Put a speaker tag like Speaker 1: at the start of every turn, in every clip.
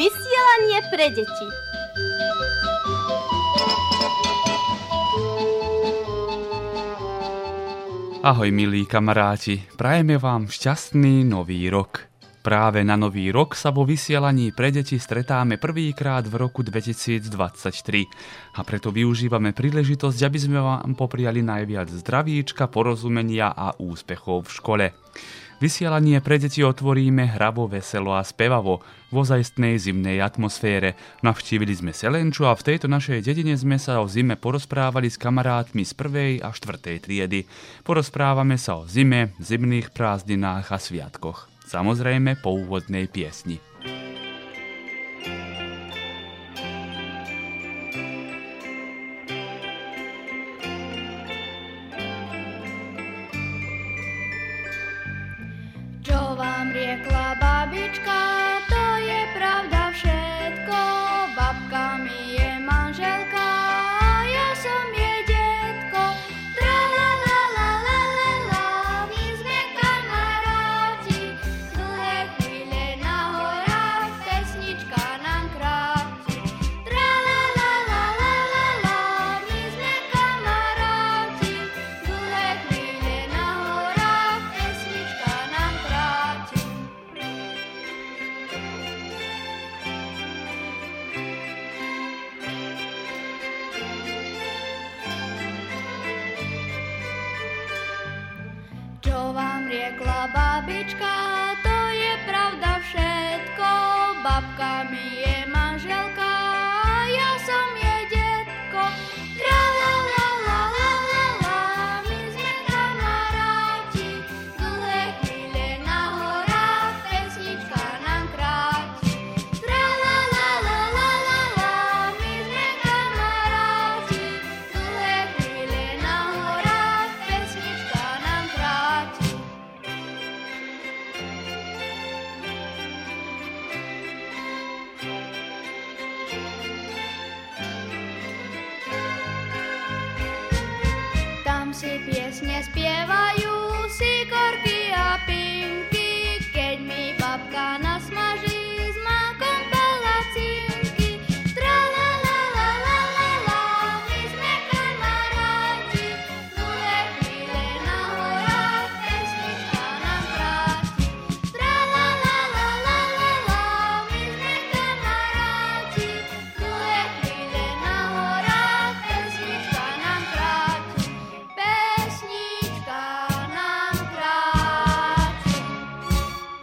Speaker 1: Čítanie pre deti.
Speaker 2: Ahoj milí kamaráti, prajeme vám šťastný nový rok. Práve na nový rok sa vo vysielaní pre deti stretáme prvýkrát v roku 2023 a preto využívame príležitosť, aby sme vám popriali najviac zdravíčka, porozumenia a úspechov v škole. Vysielanie pre deti otvoríme hravo, veselo a spevavo v ozajstnej zimnej atmosfére. Navštívili sme Selenču a v tejto našej dedine sme sa o zime porozprávali s kamarátmi z prvej a štvrtej triedy. Porozprávame sa o zime, zimných prázdninách a sviatkoch. Samozrejme po úvodnej piesni.
Speaker 3: Čo vám riekla babička, to je pravda všetko. Babka mi je manželka, a ja som jej detko. Tra la la la la la la, my sme kamaráti. Dlhé chvíle na horách, pesnička nám kráti. Tra la la la la la la, my sme kamaráti. Dlhé chvíle na horách, pesnička nám kráti. Čo vám riekla babička, to je pravda všetko. Babka mi je manželka, a ja som jej detko. Tra la la la la la la, my sme kamaráti. Dlhé chvíle na horách, pesnička nám kráti. Tra la la la la la la, my sme kamaráti. Dlhé chvíle na horách, pesnička nám kráti. Tam si piesne spievajú sikorky a pinky, keď mi babka nasmaží s makom palacinky. Tra la la la la la la, my sme kamaráti, dlhé chvíle na horách, pesnička nám kráti. Tra la la la la la la, my sme kamaráti, dlhé chvíle na horách, pesnička nám kráti. Pesnička nám kráti.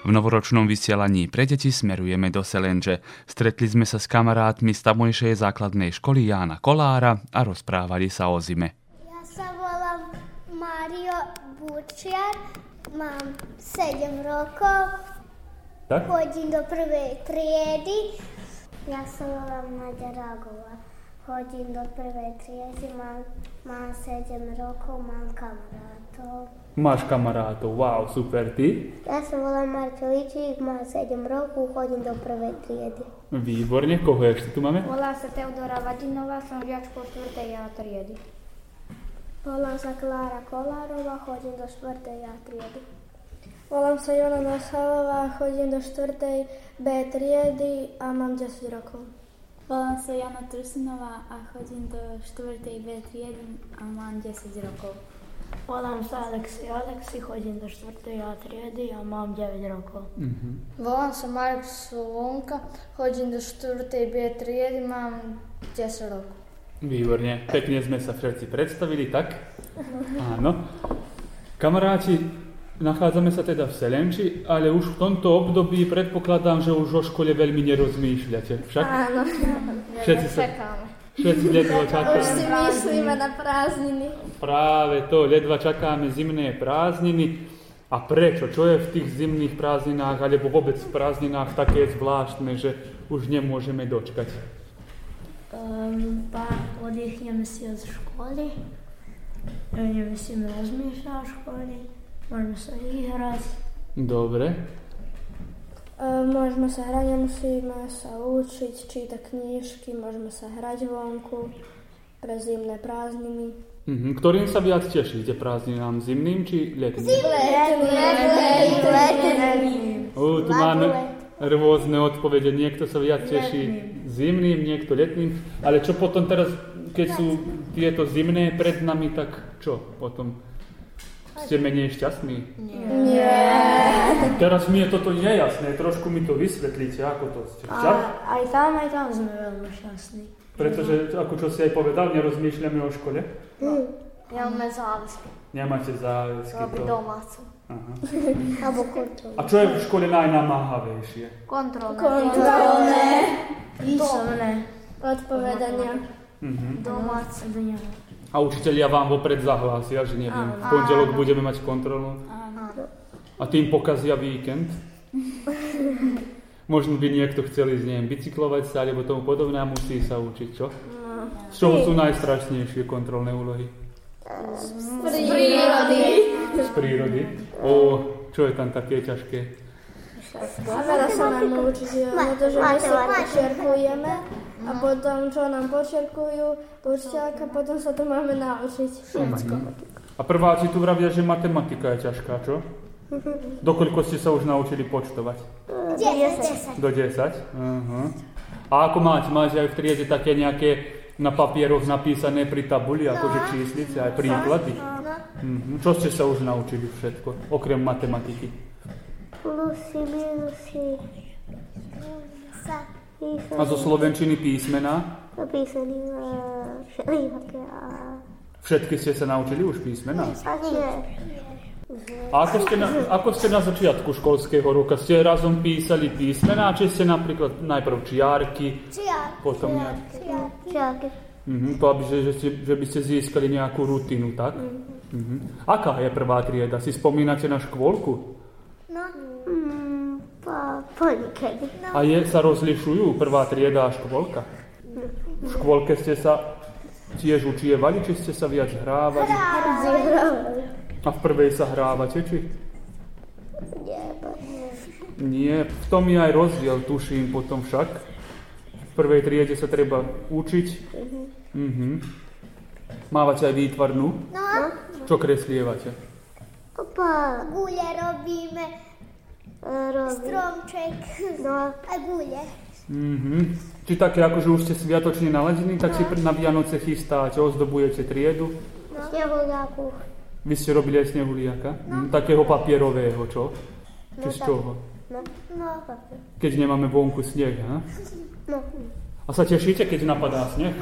Speaker 2: V novoročnom vysielaní pre deti smerujeme do Selenže. Stretli sme sa s kamarátmi z tamojšej základnej školy Jána Kolára a rozprávali sa o zime.
Speaker 4: Ja sa volám Mario Bučiar, mám 7 rokov,
Speaker 5: Tak?
Speaker 4: chodím do prvej triedy. Ja sa volám Nadia Ragová, chodím do prvej triedy, mám, mám 7 rokov, mám kamarátov.
Speaker 5: Máš kamarátov, wow, super, ty?
Speaker 4: Ja sa volám Marťo Ličík, mám 7 rokov, chodím do prvej triedy.
Speaker 5: Výborne, koho ešte tu máme?
Speaker 6: Volám sa Teodora Vadinová, som žiačkou 4. A triedy.
Speaker 4: Volám sa Klára Kolárová, chodím do 4. A triedy.
Speaker 6: Volám sa Jona Nasalová, chodím do 4. B triedy a mám 10 rokov.
Speaker 7: Volám sa Jana Trusinová a chodím do 4. B triedy a mám 10 rokov.
Speaker 6: Volám sa Alexi Alexi, chodím do 4. A triedy a mám 9 rokov.
Speaker 8: Volám sa Marek Solonka, chodím do 4. B triedy, mám 10 rokov.
Speaker 5: Výborne, pekne sme sa všetci predstavili, tak? Áno. Kamaráti, nachádzame sa teda v Selenči, ale už v tomto období predpokladám, že už o škole veľmi nerozmýšľate. Však? Áno. Všetci sa... Všetci ledva čakáme.
Speaker 8: myslíme na prázdniny.
Speaker 5: Práve to, ledva čakáme zimné prázdniny. A prečo? Čo je v tých zimných prázdninách, alebo vôbec v prázdninách také zvláštne, že už nemôžeme dočkať?
Speaker 6: Um, pár oddychneme si od školy, neviem, si rozmýšľať o škole, môžeme sa vyhrať.
Speaker 5: Dobre.
Speaker 6: Ehm, Môžeme sa hrať, nemusíme sa učiť, čítať knižky, môžeme sa hrať vonku pre zimné prázdniny.
Speaker 5: Mhm. Ktorým sa viac tešíte prázdninám? Zimným či letným? Zimným.
Speaker 4: Letný, letný, letný.
Speaker 5: U, tu máme, rôzne odpovede. Niekto sa viac teší
Speaker 6: Letným.
Speaker 5: zimným, niekto letným. Ale čo potom teraz, keď sú tieto zimné pred nami, tak čo potom? Ste menej šťastní? Teraz mi je toto nejasné, trošku mi to vysvetlíte, ako to ste
Speaker 6: A
Speaker 5: však.
Speaker 6: aj tam, aj tam sme veľmi šťastní.
Speaker 5: Pretože, ako čo si aj povedal, nerozmýšľame o škole.
Speaker 9: Nemáme záväzky.
Speaker 5: Nemáte záväzky.
Speaker 9: Robí
Speaker 5: To.
Speaker 9: domácu.
Speaker 5: Aha.
Speaker 4: Alebo kultúru.
Speaker 5: A čo je v škole najnamáhavejšie?
Speaker 9: Kontrolné.
Speaker 6: Písomné.
Speaker 1: Odpovedania.
Speaker 5: Mhm.
Speaker 9: Domáce.
Speaker 6: Dňa.
Speaker 5: A učiteľia vám vopred zahlásia, že neviem, v pondelok budeme mať kontrolu. A tým pokazia víkend. Možno by niekto chcel ísť, neviem, bicyklovať sa alebo tomu podobné a musí sa učiť, čo?
Speaker 4: No.
Speaker 5: Z čoho sú najstrašnejšie kontrolné úlohy? Z prírody. O, čo je tam také ťažké?
Speaker 1: A veľa sa nám naučí, no to, že my si počerkujeme a potom, čo nám počerkujú, určiaka, potom sa to máme naučiť.
Speaker 5: A prváci tu vravia, že matematika je ťažká, čo?
Speaker 4: Mhm.
Speaker 5: Dokoľko ste sa už naučili počtovať?
Speaker 4: 10.
Speaker 5: Do 10? Uh-huh. A ako máte? Máte aj v triede také nejaké na papieroch napísané pri tabuli, akože
Speaker 4: No.
Speaker 5: číslice, aj príklady? Uh-huh. Čo ste sa už naučili všetko, okrem matematiky?
Speaker 4: Plusy, minusy. Sa.
Speaker 5: A zo slovenčiny písmená?
Speaker 4: Napísaný v šelivake a...
Speaker 5: Všetky ste sa naučili už písmená?
Speaker 4: A nie.
Speaker 5: A ako ste, na, ako ste na začiatku školského roka? Ste razom písali písmená, či ste napríklad najprv čiarky, potom nejaké...
Speaker 4: Čiaky.
Speaker 5: Mhm, to aby, že, že, ste, že by ste získali nejakú rutinu, tak? Mhm. Aká je prvá trieda? Si spomínate na škôlku?
Speaker 4: No. Mm, po, po niekedy.
Speaker 5: A je, sa rozlišujú prvá trieda a škôlka? V škôlke ste sa tiež učievali, či ste sa viac hrávali? A v prvej sa hrávate, či?
Speaker 4: Nie, bo-
Speaker 5: Nie, v tom je aj rozdiel, tuším potom však. V prvej triede sa treba učiť. Mhm. Mávate aj výtvarnú?
Speaker 4: No.
Speaker 5: Čo kreslievate?
Speaker 4: Opa.
Speaker 1: Gule robíme,
Speaker 4: Robí.
Speaker 1: stromček
Speaker 4: No.
Speaker 1: a gule.
Speaker 5: Mhm. Či také, akože už ste sviatočne naladení, tak si pr- na Vianoce chystáte, ozdobujete triedu.
Speaker 4: Snehuláku.
Speaker 5: Vy ste robili aj snehuliaka? No. Takého papierového, čo? Či z čoho?
Speaker 4: No. No. papi.
Speaker 5: Keď nemáme vonku sneh, ha?
Speaker 4: No.
Speaker 5: A sa tešíte, keď napadá sneh?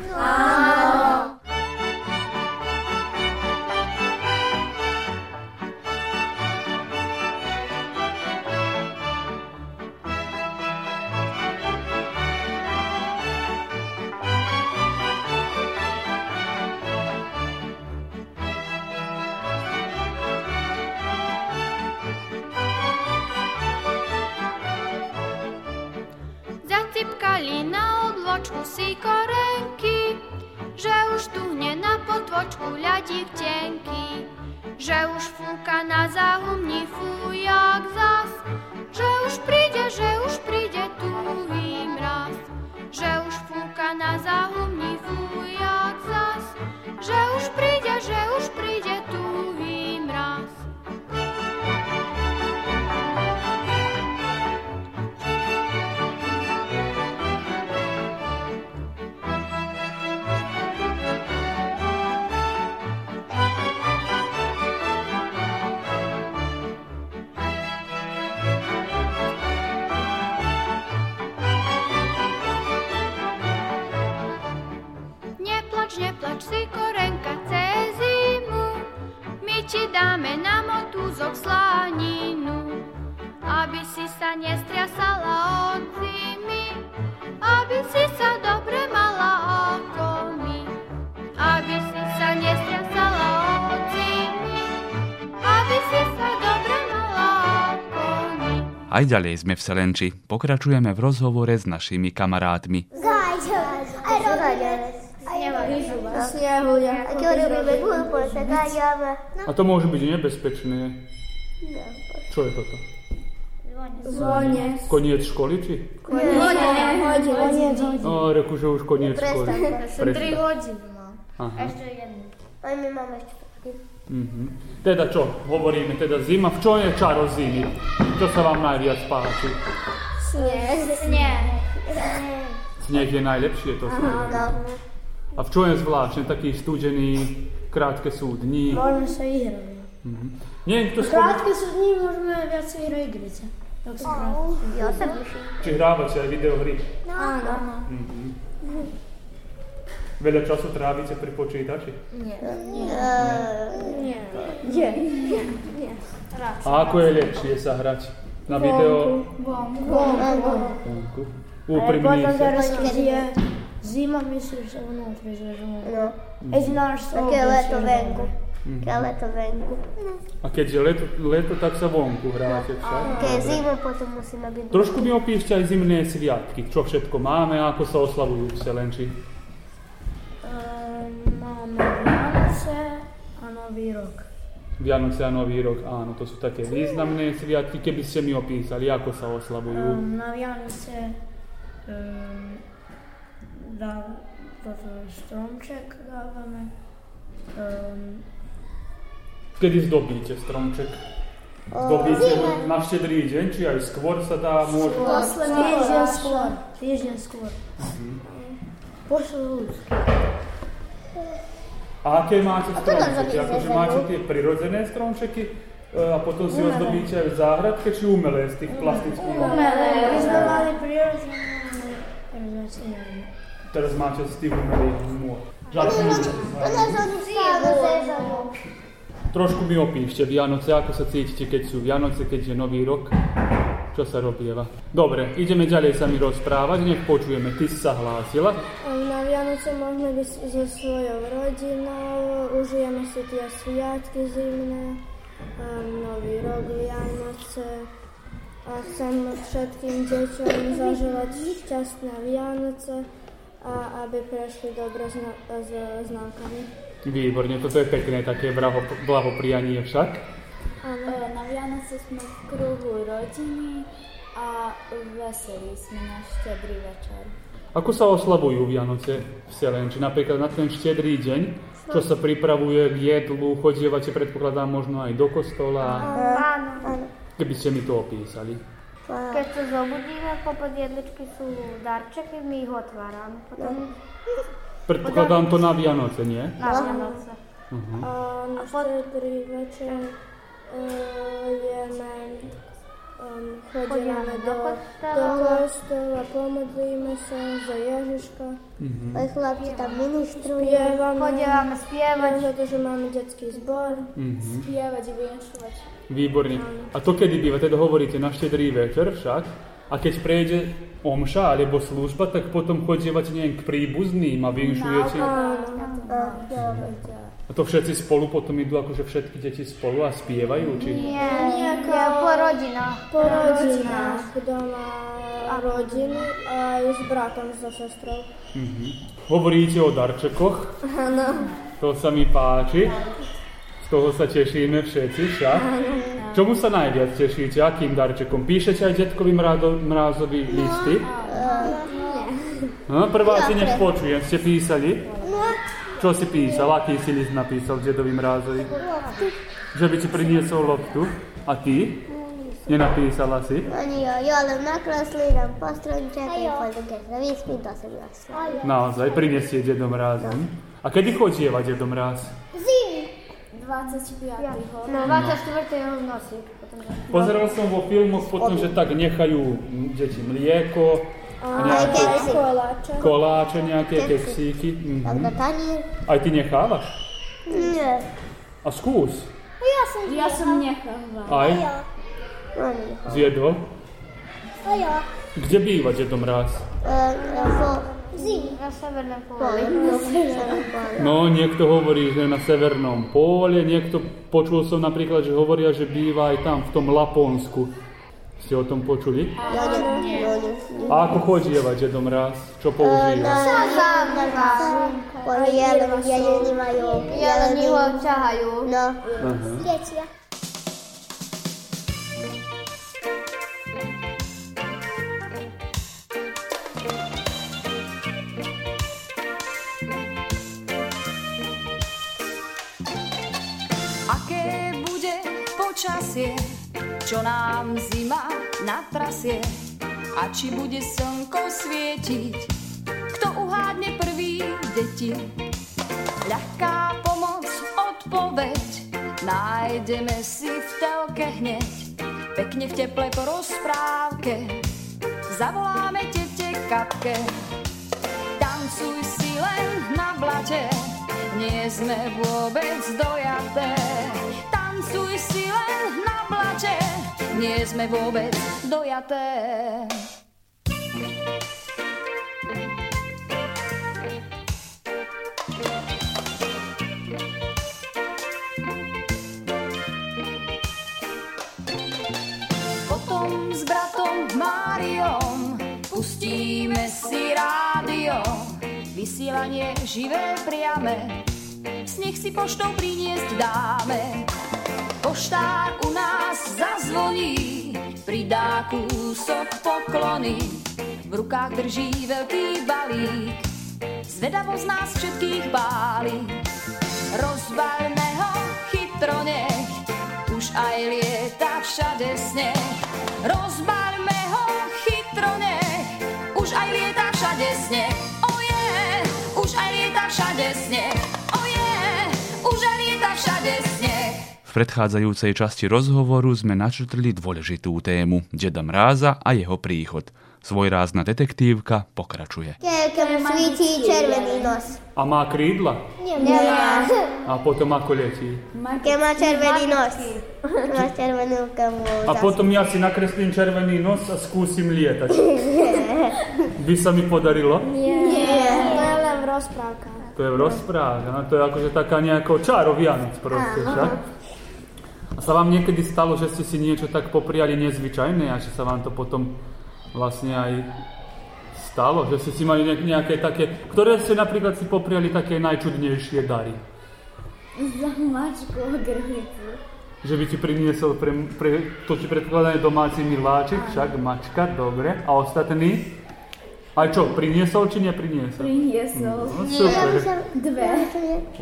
Speaker 8: Zacipkali na obločku si korenky, že už tuhne na potvočku ľadík tenký, že už fúka na záhumní fújak zas, že už príde, že už príde tuhý mraz, že už fúka na záhumní fújak zas, že už príde, že už príde tuhý mraz. Neplač, neplač si korenka cez zimu, my ti dáme na motúzok slaninu, aby si sa nestriasala od zimy, aby si sa dobre mala ako my, aby si sa nestriasala od zimy, aby si sa dobre mala ako my.
Speaker 2: Aj ďalej sme v Selenči. Pokračujeme v rozhovore s našimi kamarátmi.
Speaker 4: Gajďa. A robíme. A
Speaker 1: Snehulia.
Speaker 4: Ako robíme gulpo, sa gajďame.
Speaker 5: A to môže byť nebezpečné.
Speaker 4: No,
Speaker 5: Čo je toto?
Speaker 1: Zvonec.
Speaker 5: Koniec školy, či?
Speaker 1: Hodine.
Speaker 5: No, reku, že už koniec školy. Prestávka.
Speaker 9: hodiny mám.
Speaker 5: Aha.
Speaker 4: Aj my máme ešte.
Speaker 5: Mhm. Teda čo, hovoríme, teda zima, v čo je čaro zimy? Čo sa vám najviac páči?
Speaker 4: Snijeg.
Speaker 3: Snijeg.
Speaker 5: Snijeg je najljepši, je to snijeg.
Speaker 4: Dobro.
Speaker 5: A v čem je zvlačen, taký studený, krátke sú dni?
Speaker 6: Možemo se igrati.
Speaker 5: Mhm. Nie, to skôr...
Speaker 6: Kratke su dni, možemo je već se igra igrice. Dok su kratke.
Speaker 4: Ja sam više.
Speaker 5: Či hrávate aj videohry?
Speaker 4: Ano.
Speaker 5: Mhm. Veľa času trávite pri počítači?
Speaker 4: Mm.
Speaker 1: Nie. Nie. Nie. Nie.
Speaker 5: A ako je lepšie sa hrať? Na video? Vonku. Úprimnejšie.
Speaker 6: je zima, misliš se unutra izražamo.
Speaker 1: é.
Speaker 4: No.
Speaker 6: E, znaš se
Speaker 4: Tako je leto venku. Tako je leto venku.
Speaker 5: A keďže leto, leto tak sa vonku hráte však.
Speaker 4: Tako je zima, potom musimo biti.
Speaker 5: Trošku mi opíšte aj zimné sviatky, čo všetko máme a ako sa oslavujú v Selenči.
Speaker 6: Imamo Janice, a Novi Rok.
Speaker 5: Vianoce a Nový rok, áno, to sú také významné sviatky, keby ste mi opísali, ako sa oslavujú.
Speaker 6: Um, na Janice um, da potom stromček dávame. Um,
Speaker 5: Kedy zdobíte stromček? Zdobíte na štedrý deň, či aj skôr sa dá, môže...
Speaker 6: Тиждень скоро. Тиждень скоро. Пошел лучше.
Speaker 5: A aké máte
Speaker 4: to nám
Speaker 5: stromčeky?
Speaker 4: zabíja
Speaker 5: Akože
Speaker 4: zemu.
Speaker 5: máte tie prirodzené stromčeky e, a potom si ozdobíte aj v záhradke, či umelé z tých plastických.
Speaker 6: Издавали природные разрастения.
Speaker 5: Teraz máte z tých umelých môr.
Speaker 4: Ona zadušava sezonu.
Speaker 5: Trošku mi opíšte Vianoce, ako sa cítite, keď sú Vianoce, keď je Nový rok. Čo sa robieva? Dobre, ideme ďalej sa mi rozprávať, nech počujeme. Ty si sa hlásila.
Speaker 1: Na Vianoce možemo biti sa svojom rodinom, užijemo si tie sviatky zimné, um, nový rok, Vianoce. A chcem všetkým deťom zaželať šťastné Vianoce a aby prešli dobre s, na- s známkami.
Speaker 5: Výborne, toto je pekné, také vraho, blahoprianie však.
Speaker 7: E, Na Vianoce smo v kruhu rodiny, a veseli smo na štedri večer.
Speaker 5: Ako sa oslavujú Vianoce v Selenči? Napríklad na ten štedrý deň, čo sa pripravuje k jedlu, chodievate, predpokladám, možno aj do kostola.
Speaker 4: Ano.
Speaker 5: Keby ste mi to opísali.
Speaker 4: Kad se zabudimo, popad jedlički su darček i mi ih otvaramo. Potom
Speaker 5: Predpokladám to na Vianoce, nie?
Speaker 4: naravno.
Speaker 1: A
Speaker 4: Um,
Speaker 1: na četiri večer uh, jeme, um, hodíme
Speaker 4: Hodíme
Speaker 1: do,
Speaker 4: do
Speaker 1: do
Speaker 4: kostela.
Speaker 1: kostela, pomodlíme sa za Ježiška.
Speaker 4: Ovi hlapci tam ministruju.
Speaker 1: Pjevamo,
Speaker 4: Hodjevamo spjevanje.
Speaker 1: zato že máme detský zbor.
Speaker 5: Mhm.
Speaker 7: Pjevać, vjenčovat.
Speaker 5: Výborne. A to kedy býva? Teda hovoríte na štedrý večer však. A keď prejde omša alebo služba, tak potom chodievate neviem k príbuzným a vinšujete. A to všetci spolu potom idú akože všetky deti spolu a spievajú? Či...
Speaker 4: Je porodina.
Speaker 1: Po rodinách doma rodiny a aj s bratom, so sestrou.
Speaker 5: Mhm. Hovoríte o darčekoch. Áno. To sa mi páči. Z toho sa tešíme všetci však. Čomu sa najviac tešíte? Akým darčekom? Píšete aj detkovi mrádo, mrázovi listy? No, prvá si nech počujem. Ste písali? Čo si písal? Aký si list napísal dedovi mrázovi? Že by ti priniesol loptu. A ty? Nenapísala si?
Speaker 4: Oni jo, jolem nakrasli, nam postrončak i podruge za vispi, to sam jasno.
Speaker 5: Naozaj, prinesie dedo mrázom. A kedy chodieva dedo mráz?
Speaker 7: 25. hodina.
Speaker 4: Na vata što vrte je odnosi.
Speaker 5: Pozeral som vo filmoch potom, že tak nechajú deti mlieko,
Speaker 4: Aj
Speaker 5: nejaké
Speaker 4: keksi.
Speaker 1: Koláče.
Speaker 5: koláče, nejaké keksíky.
Speaker 4: Tam
Speaker 5: Mhm.
Speaker 4: na tanjir.
Speaker 5: Aj ty nechávaš?
Speaker 4: Ne.
Speaker 5: A skús.
Speaker 4: Ja sam
Speaker 7: Ja sam njehala.
Speaker 5: Aj
Speaker 4: Oni.
Speaker 5: zjedol.
Speaker 4: Pa ja.
Speaker 5: Kde býva dedo mráz?
Speaker 4: E, Zim. Na severnom poli. Na severnom poli.
Speaker 5: No, niekto hovorí, že na severnom pole, niekto počul som napríklad, že hovoria, že býva aj tam, v tom Laponsku. Ste o tom počuli?
Speaker 4: Oni, oni.
Speaker 5: A ako chodieva dedo mráz?
Speaker 4: E,
Speaker 5: Čo používa?
Speaker 4: Oni jelen, jelen imaju. Jelen njihov čahaju. No.
Speaker 5: Aha.
Speaker 4: Djecija.
Speaker 10: Aké bude počasie, čo nám zima natrasie, a či bude slnko svietiť. Kto uhádne prvý deti? Ľahká pomoc, odpoveď, nájdeme si v telke hneď. Pekne v teple po rozprávke, zavoláme tete kapke. Tancuj si len na blate, nie sme vôbec dojaté. Tancuj si len na blate, nie sme vôbec dojaté. Potom s bratom Máriom pustíme si rádio. Vysielanie živé priame, sneh si poštou priniesť dáme. Poštár u nás zazvoní, pridá kúsok poklony. V rukách drží veľký balík, zvedavosť nás všetkých páli. Rozbalme ho chytro nech, už aj lieta všade sneh. Rozbalme ho chytro nech, už aj lieta všade sneh. Oje, už aj lieta všade sneh. Oje, už aj lieta všade sneh.
Speaker 2: V predchádzajúcej časti rozhovoru sme načrtli dôležitú tému Deda Mráza a jeho príchod. Svojrázna detektívka pokračuje.
Speaker 4: Keď mu svíti červený nos.
Speaker 5: A má krídla?
Speaker 4: Nemá.
Speaker 5: A potom ako letí?
Speaker 4: Keď má červený nos. Má červenú kamu.
Speaker 5: A potom ja si nakreslím červený nos a skúsim lietať. By sa mi podarilo?
Speaker 1: To je len v rozprávkach.
Speaker 5: To je rozpráva, to je akože taká nejako čarovianec proste, však? A sa vám niekedy stalo, že ste si niečo tak popriali nezvyčajné a že sa vám to potom vlastne aj stalo? Že ste si mali nejak- nejaké také, ktoré ste napríklad si popriali také najčudnejšie dary?
Speaker 7: Za mačku grnicu.
Speaker 5: Že by ti priniesol pre, pre to ti predkladaný domáci miláčik, však mačka, dobre. A ostatný? Aj čo, priniesol či nepriniesol?
Speaker 7: Priniesol
Speaker 5: No,
Speaker 4: Ja by som...
Speaker 5: super,
Speaker 7: dve.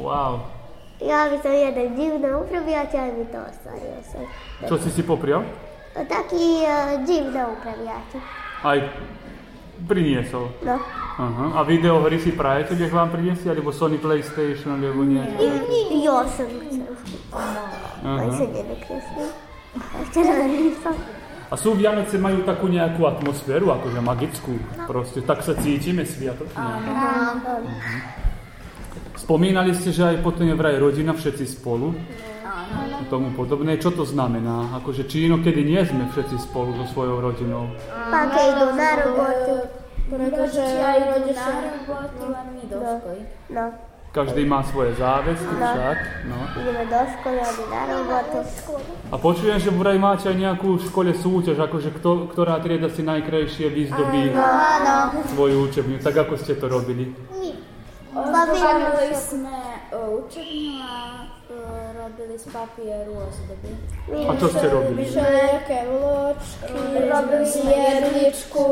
Speaker 5: wow.
Speaker 4: Ja by som jeden divno upravljača i to ostavio sam.
Speaker 5: Čo si si poprial?
Speaker 4: Taki uh, divno upravljača.
Speaker 5: Aj priniesol.
Speaker 4: No.
Speaker 5: Aha. A videohry si prajete, nech vám prinesie, alebo Sony Playstation, alebo
Speaker 4: I,
Speaker 5: niečo.
Speaker 4: i ja sam ga sam. Aj
Speaker 5: Aha.
Speaker 4: se njene kresnije. A včera nisam.
Speaker 5: A sú Vianoce majú takú nejakú atmosféru, akože magickú, proste, tak sa cítime sviatočne. Spomínali ste, že aj potom je vraj rodina, všetci spolu. A tomu podobné. Čo to znamená? Akože či inokedy nie sme všetci spolu so svojou rodinou.
Speaker 4: Pa kaj idu na robotu.
Speaker 1: Pretože
Speaker 7: Ja idú na
Speaker 1: rodičia...
Speaker 7: robotu a my do školy.
Speaker 4: No.
Speaker 5: Každý má svoje záväzky, však. No.
Speaker 4: Idemo do škole, oni na robotu.
Speaker 5: A počujem, že vraj máte aj nejakú v škole súťaž, akože kto, ktorá trieda si najkrajšie vyzdobí
Speaker 4: Áno.
Speaker 5: svoju učebňu, tak ako ste to robili.
Speaker 7: Ozdobili sme e, učebňu a e, robili z papieru ozdoby.
Speaker 5: A čo ste robili?
Speaker 1: Že nejaké vločky, robili sme jedličku.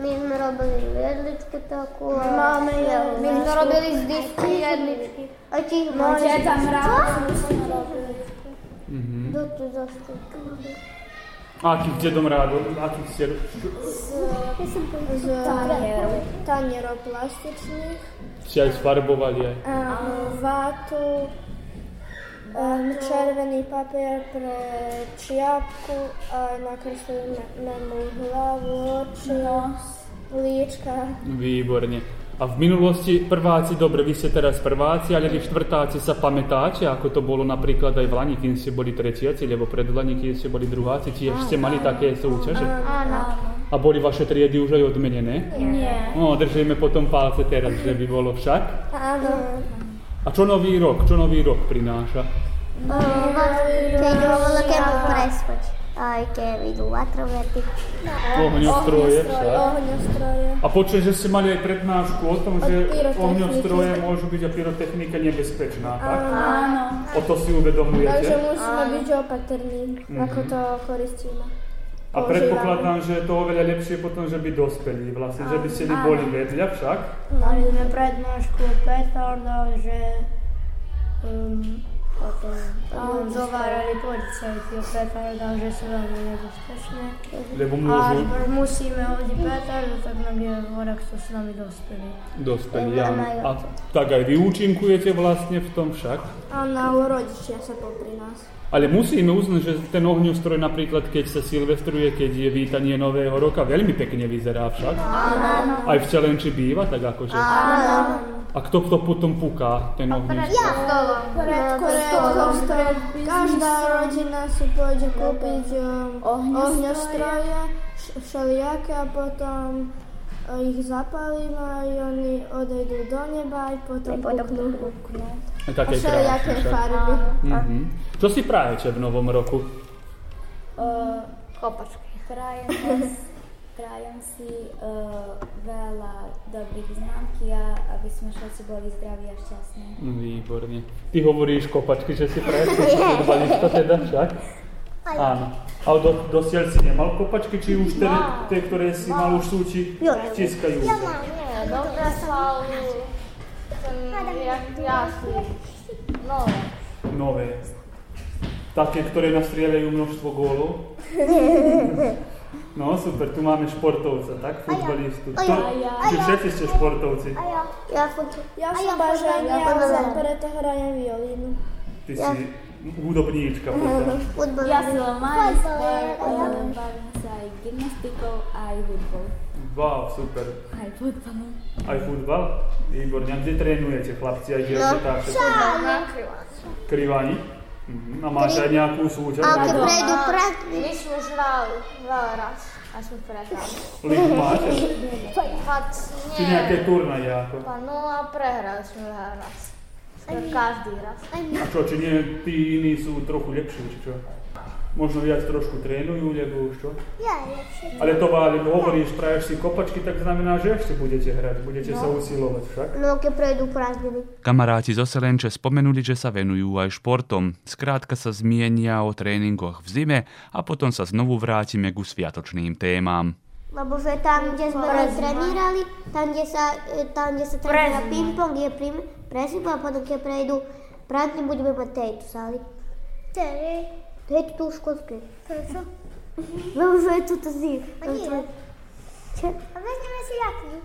Speaker 4: Mi smo robili jedličke tako.
Speaker 1: Máme jedličku.
Speaker 4: Mi smo robili z diski jedlički. A ti ih
Speaker 7: Ja tam rád
Speaker 4: Dotu dosta. ih.
Speaker 5: Akých dedom rád, akých ste...
Speaker 1: Z tanierov plastičných,
Speaker 5: Ste aj sfarbovali aj.
Speaker 1: um, vátu, em, e, červený papier pre čiapku a nakreslili na mu hlavu, oči,
Speaker 4: No.
Speaker 1: líčka.
Speaker 5: Výborne. A v minulosti prváci, dobre, vy ste teraz prváci, ale vy štvrtáci sa pamätáte, ako to bolo napríklad aj v Lani, kým ste boli tretiaci, lebo pred Lani, kým ste boli druháci, tiež ste mali také súťaže. A boli vaše triedy už aj odmenené?
Speaker 7: Nie.
Speaker 5: No, držíme potom palce teraz, že by bolo však.
Speaker 1: Áno.
Speaker 5: A čo nový rok? Čo nový rok prináša?
Speaker 4: Kaj idu ovo da kemu prespoć. Aj kaj idu vatroverti.
Speaker 5: Ohňostroje, však.
Speaker 1: Ohňostroje.
Speaker 5: A počujem, že ste mali aj prednášku o tom, že
Speaker 1: pyrotechniky.
Speaker 5: ohňostroje môžu byť a pyrotechnika nebezpečná, tak?
Speaker 7: Áno.
Speaker 5: O to si uvedomujete?
Speaker 1: Takže musíme byť opatrní, ako to koristíme.
Speaker 5: A
Speaker 1: používame.
Speaker 5: predpokladám, že je to oveľa lepšie potom, že by dospeli vlastne, že by ste by boli vedľa však.
Speaker 6: Mali sme prednášku Petardov, že um, od Dovarali policajti o Petaru, takže su veoma nebezpečne.
Speaker 5: Lebo
Speaker 6: A
Speaker 5: môžu
Speaker 6: musíme ovdje Petaru, tak nam je vorak što su nam i dospeli.
Speaker 5: dospeli, áno. A tak aj vy účinkujete vlastne v tom však.
Speaker 1: Ona u rodičia sa popri nás.
Speaker 5: Ale musíme uznať, že ten ohňostroj napríklad, keď sa silvestruje, keď je vítanie nového roka, veľmi pekne vyzerá však. Aj v Čelenči býva, tak akože. A kto kto potom puká ten ohňostroj?
Speaker 1: Pred kostolom. Každá rodina si pôjde kúpiť um, ohňostroje, š- všelijaké a potom e, ich zapalíme a oni odejdú do neba a potom puknú. A
Speaker 5: Také
Speaker 1: všelijaké
Speaker 5: krásne však.
Speaker 1: farby.
Speaker 5: Mhm. Čo si prajete v novom roku?
Speaker 7: Kopačky. Prajem, vas- prajem si uh, veľa dobrých známky a aby sme všetci boli zdraví a šťastní.
Speaker 5: Výborne. Ty hovoríš kopačky, že si prajete futbalista teda však? Áno. A do, dosiaľ si nemal kopačky, či už tie, tie ktoré si mal už sú, či vtiskajú?
Speaker 8: Dobra sva u... Jasni. Nove.
Speaker 5: Nové. Také, ktoré nastrieľajú množstvo gólov. No, super, tu máme športovca, tak? Futbalistu.
Speaker 4: A ja.
Speaker 5: To,
Speaker 4: A
Speaker 5: či všetci ste športovci?
Speaker 4: Ja fotu.
Speaker 1: Ja
Speaker 4: A
Speaker 1: som
Speaker 4: ja
Speaker 1: bažaniarca,
Speaker 4: bažaniarka.
Speaker 1: preto hrajem violínu.
Speaker 5: Ty si hudobníčka potom.
Speaker 4: Futbal.
Speaker 7: Ja som
Speaker 4: Fajfal,
Speaker 7: malý sport,
Speaker 4: ja.
Speaker 7: eh, bavím sa aj gymnastikou, aj hudbou,
Speaker 5: Wow, super.
Speaker 7: aj futbalom.
Speaker 5: Aj futbal? Výborne. A kde trénujete, chlapci? Aj dievčatá?
Speaker 4: No.
Speaker 5: Všetko? Krivani? Mhm. A máš aj nejakú súťaž?
Speaker 4: A keď
Speaker 5: alebo
Speaker 4: prejdú prázdniny,
Speaker 8: Mi smo žvali, dva raz. A smo prehrali.
Speaker 5: Ligu máte?
Speaker 8: Pa
Speaker 5: Či nejaké
Speaker 8: nje.
Speaker 5: turnaje ako?
Speaker 8: Pa nula prehrali smo dva raz. Každi raz.
Speaker 5: A čo, či nie, tí iní sú trochu lepší, či čo? Možno viac trošku trénujú, lebo už čo?
Speaker 4: ja lepšie.
Speaker 5: Ale to vám hovoríš, praješ si kopačky, tak znamená, že ešte budete hrať, budete sa usilovať však.
Speaker 4: No keď prejdú prázdniny.
Speaker 2: Kamaráti zo Selenče spomenuli, že sa venujú aj športom. Skrátka sa zmienia o tréningoch v zime a potom sa znovu vrátime ku sviatočným témam.
Speaker 4: Lebo že tam, kde sme len trenírali, tam, kde sa, e, tam, kde sa treníra ping-pong, je prim, prezima a potom, keď prejdú prázdne, budeme mať tejto sály. Tedy? Tejto tu školské. Prečo? Lebo že je toto zim. A nie. Čo? A vezmeme si jakni.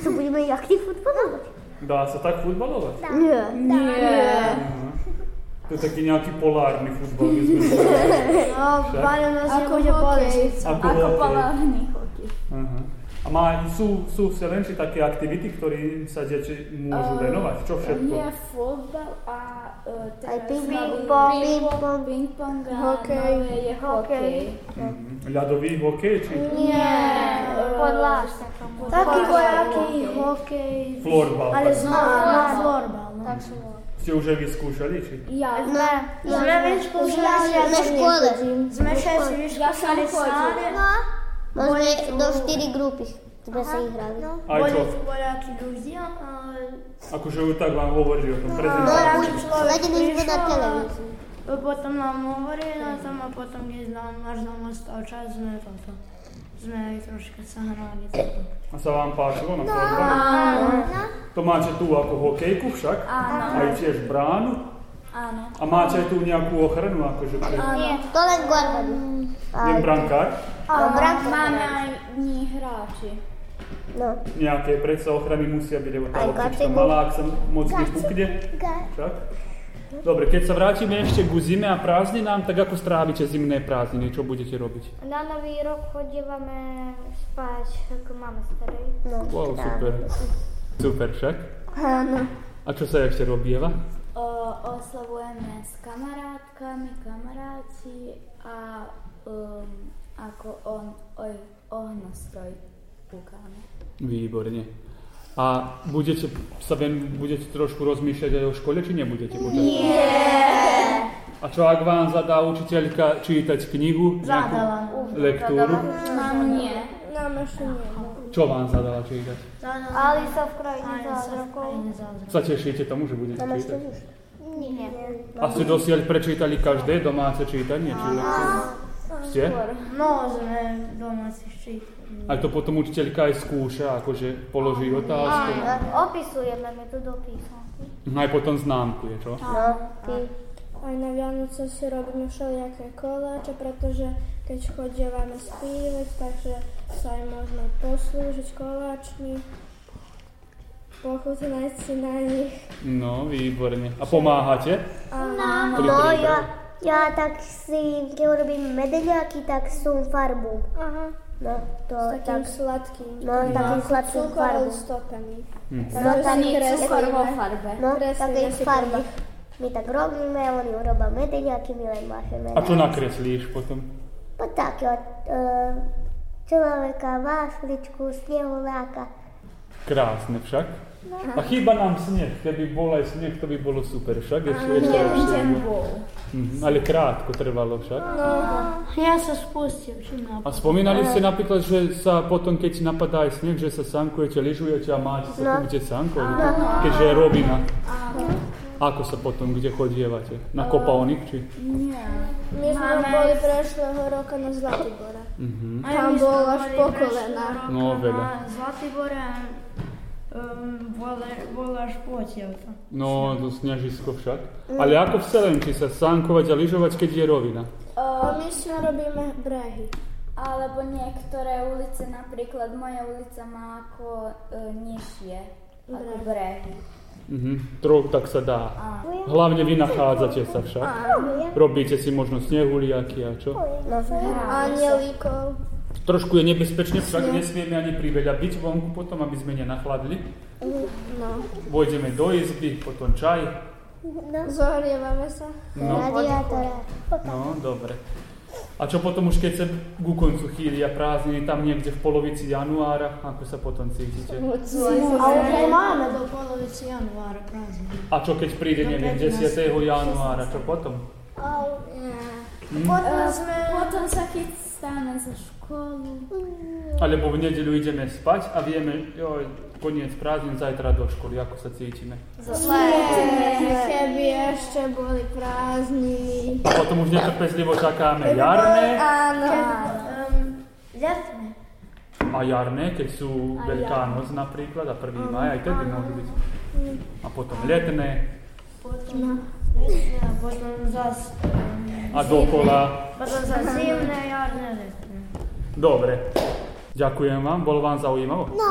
Speaker 4: To budeme jakni futbalovať?
Speaker 5: Dá sa tak futbalovať? Mhm.
Speaker 4: Nie.
Speaker 5: To je taký nejaký polárny futbal, my sme
Speaker 1: No, Baňo nás nebude bolesť.
Speaker 5: Ako
Speaker 7: ako
Speaker 5: hokej.
Speaker 7: polárny hokej.
Speaker 5: Aha. A má, sú, sú v Selenči také aktivity, ktorým sa deti môžu venovať? Čo všetko?
Speaker 7: Nie futbal a uh, teraz
Speaker 4: ping-pong,
Speaker 7: nový-
Speaker 4: ping-pong.
Speaker 7: ping-pong a
Speaker 1: Hokej.
Speaker 7: nové je hokej.
Speaker 5: Mhm. Ľadový hokej či
Speaker 8: Podlašta.
Speaker 1: Taký vojaký hokej.
Speaker 5: florbal?
Speaker 1: Ale znova florbal. no.
Speaker 5: Ste už aj vyskúšali? Či?
Speaker 7: Ja,
Speaker 1: Sme večku
Speaker 4: Na škole.
Speaker 1: Sme všetci vyškúšali sáde.
Speaker 4: Možno je do 4 grupy sme sa ihrali.
Speaker 5: Aj čo?
Speaker 1: vojaky ľudia. ale
Speaker 5: Akože ju tak vám hovorili o tom
Speaker 4: No,
Speaker 5: prezentácii.
Speaker 4: už hladili sme na
Speaker 6: prišiel a-
Speaker 4: televízii.
Speaker 6: Potom nam hovorili na tom, a potom keď nám, až nám ostal čas, sme toto. Sme aj troška sa hrali. toto.
Speaker 5: A sa vám páčilo na florbale? To máte tu ako hokejku však?
Speaker 7: Áno.
Speaker 5: Aj tiež bránu?
Speaker 7: áno.
Speaker 5: A máte tu nejakú ochranu akože pre...
Speaker 4: To len Gormanu.
Speaker 5: Len brankár?
Speaker 4: A branka.
Speaker 7: Máme aj dní hráči.
Speaker 4: No.
Speaker 5: Nejaké predsa ochrany musia byť, lebo tá
Speaker 4: Aj
Speaker 5: loptička
Speaker 4: gacigu.
Speaker 5: malá, ak sa moc nepukne. Však? Dobre, keď sa vrátime ešte ku zime a prázdninám, tak ako strávite zimné prázdniny? Čo budete robiť?
Speaker 4: Na nový rok e, chodívame spať k mame starej. No,
Speaker 5: Wow,
Speaker 4: teda.
Speaker 5: super. Super však.
Speaker 1: Áno.
Speaker 5: A čo sa ešte robieva?
Speaker 7: O, oslavujeme s kamarátkami, kamaráti a um, ako on, oj, ohnostroj kúkame.
Speaker 5: Výborne. A budete sa ven, budete trošku rozmýšľať aj o škole, či nebudete? Nie. A čo ak vám zadá učiteľka čítať knihu? Zadala. Lektúru?
Speaker 7: Mám nie.
Speaker 1: Nám ešte nie.
Speaker 5: Čo vám zadala čítať?
Speaker 4: Alisa v krajine zázrakov.
Speaker 5: Sa tešíte tomu, že budete čítať?
Speaker 4: Nie.
Speaker 5: A ste dosiaľ prečítali každé domáce čítanie? Či lektúru? Ste?
Speaker 6: No, sme doma si ščítali.
Speaker 5: A to potom učiteľka aj skúša, akože položí otázku.
Speaker 4: Opisujeme, my tu dopísali.
Speaker 5: Naj potom známku, je čo?
Speaker 4: No, ty.
Speaker 1: Aj na Vianoce si robíme všelijaké koláče, pretože keď chodívame spievať, takže sa aj môžeme poslúžiť koláčmi, pochutnať si na nich.
Speaker 5: No, výborne. A pomáhate?
Speaker 1: A
Speaker 5: Pri
Speaker 4: No,
Speaker 5: príprave?
Speaker 4: ja, ja tak si, keď urobím medeľaky, tak som farbu.
Speaker 1: aha,
Speaker 4: No, to
Speaker 1: s takým
Speaker 4: tak.
Speaker 1: sladkým.
Speaker 4: No, takým sladkým
Speaker 1: Cukorom
Speaker 4: farbu.
Speaker 1: stopený.
Speaker 5: Mhm.
Speaker 4: No, tak,
Speaker 1: si
Speaker 7: Cukor vo
Speaker 1: kreslíme.
Speaker 7: farbe.
Speaker 4: no,
Speaker 1: kreslíme
Speaker 4: také
Speaker 1: si
Speaker 4: farba.
Speaker 1: po nich.
Speaker 4: My tak robíme, oni urobia medeľaky, my len mášeme.
Speaker 5: A čo nakreslíš potom?
Speaker 4: Pa tak, jo, eh, človeka, vásličku, snehuláka.
Speaker 5: Krásne však. A chýba nám sneh, keby bol aj sneh, to by bolo super však. Ešte, ešte
Speaker 7: Jeden
Speaker 5: lepšie.
Speaker 7: deň bol.
Speaker 5: Mhm, Ale krátko trvalo však.
Speaker 6: Ja sa spustím, čím na
Speaker 5: A spomínali ste napríklad, že sa potom, keď napadá aj sneh, že sa sankujete, lyžujete a máte sa no. kúpite sanko, no. keďže je rovina. Ako sa potom, kde chodievate? Na kopalnik či?
Speaker 1: My sme boli prešlého roka na Zlatibore.
Speaker 5: Mhm.
Speaker 1: Tam bolo až po kolená.
Speaker 5: No, veľa.
Speaker 6: Zlatibore um, bol, bol až potiel tam.
Speaker 5: No, to snežisko však. Ale ako v Selenči sa sankovať a lyžovať, keď je rovina?
Speaker 1: A my si robíme brehy.
Speaker 7: Alebo niektoré ulice, napríklad moja ulica má ako e, nižšie, ako brehy.
Speaker 5: Mhm. Troch tak sa dá. Hlavne vy nachádzate sa však. Robíte si možno snehuliaky a čo?
Speaker 1: Anielikov.
Speaker 5: Trošku je nebezpečne, však nesmieme ani priveľa byť vonku potom, aby sme nenachladli.
Speaker 1: No.
Speaker 5: Vojdeme do izby, potom čaj.
Speaker 4: No.
Speaker 1: Zohrievame sa.
Speaker 5: No,
Speaker 4: Radiátora.
Speaker 5: no dobre. A čo potom už keď sa ku koncu chýlia prázdniny, tam niekde v polovici januára, ako sa potom cítite?
Speaker 4: Ale že máme.
Speaker 6: do polovice januára prázdniny.
Speaker 5: A čo keď príde,
Speaker 1: No,
Speaker 5: neviem, 10. januára, čo potom? Hm?
Speaker 1: Potom sme...
Speaker 7: Eh, Potom sa chystáme za školu.
Speaker 1: Mm.
Speaker 5: Alebo v nedeľu ideme spať a vieme, jo, koniec prázdnin, zajtra do školy, ako sa cítime.
Speaker 1: Keby ešte boli prázdniny.
Speaker 5: A potom už netrpezlivo čakáme jarné.
Speaker 1: Áno.
Speaker 6: Ем, Jasne.
Speaker 5: A jarné, keď sú Veľká noc napríklad a 1. maj, aj tedy môžu byť. A potom letné
Speaker 6: Potom, lesne, a potom zas, um,
Speaker 5: a dokola.
Speaker 6: potom zas zimné, jarné, letné.
Speaker 5: Dobre. Ďakujem vám, bolo vám zaujímavo?
Speaker 1: No,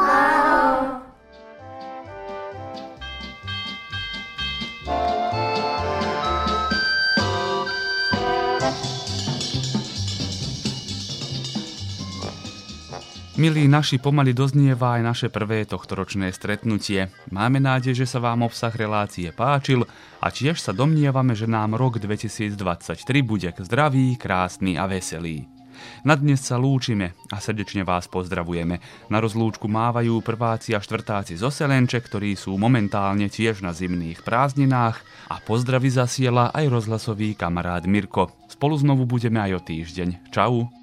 Speaker 2: Milí naši, pomaly doznieva aj naše prvé tohtoročné stretnutie. Máme nádej, že sa vám obsah relácie páčil a tiež sa domnievame, že nám rok 2023 bude zdravý, krásny a veselý. Na dnes sa lúčime a srdečne vás pozdravujeme. Na rozlúčku mávajú prváci a štvrtáci zo Selenče, ktorí sú momentálne tiež na zimných prázdninách a pozdravy zasiela aj rozhlasový kamarát Mirko. Spolu znovu budeme aj o týždeň. Čau!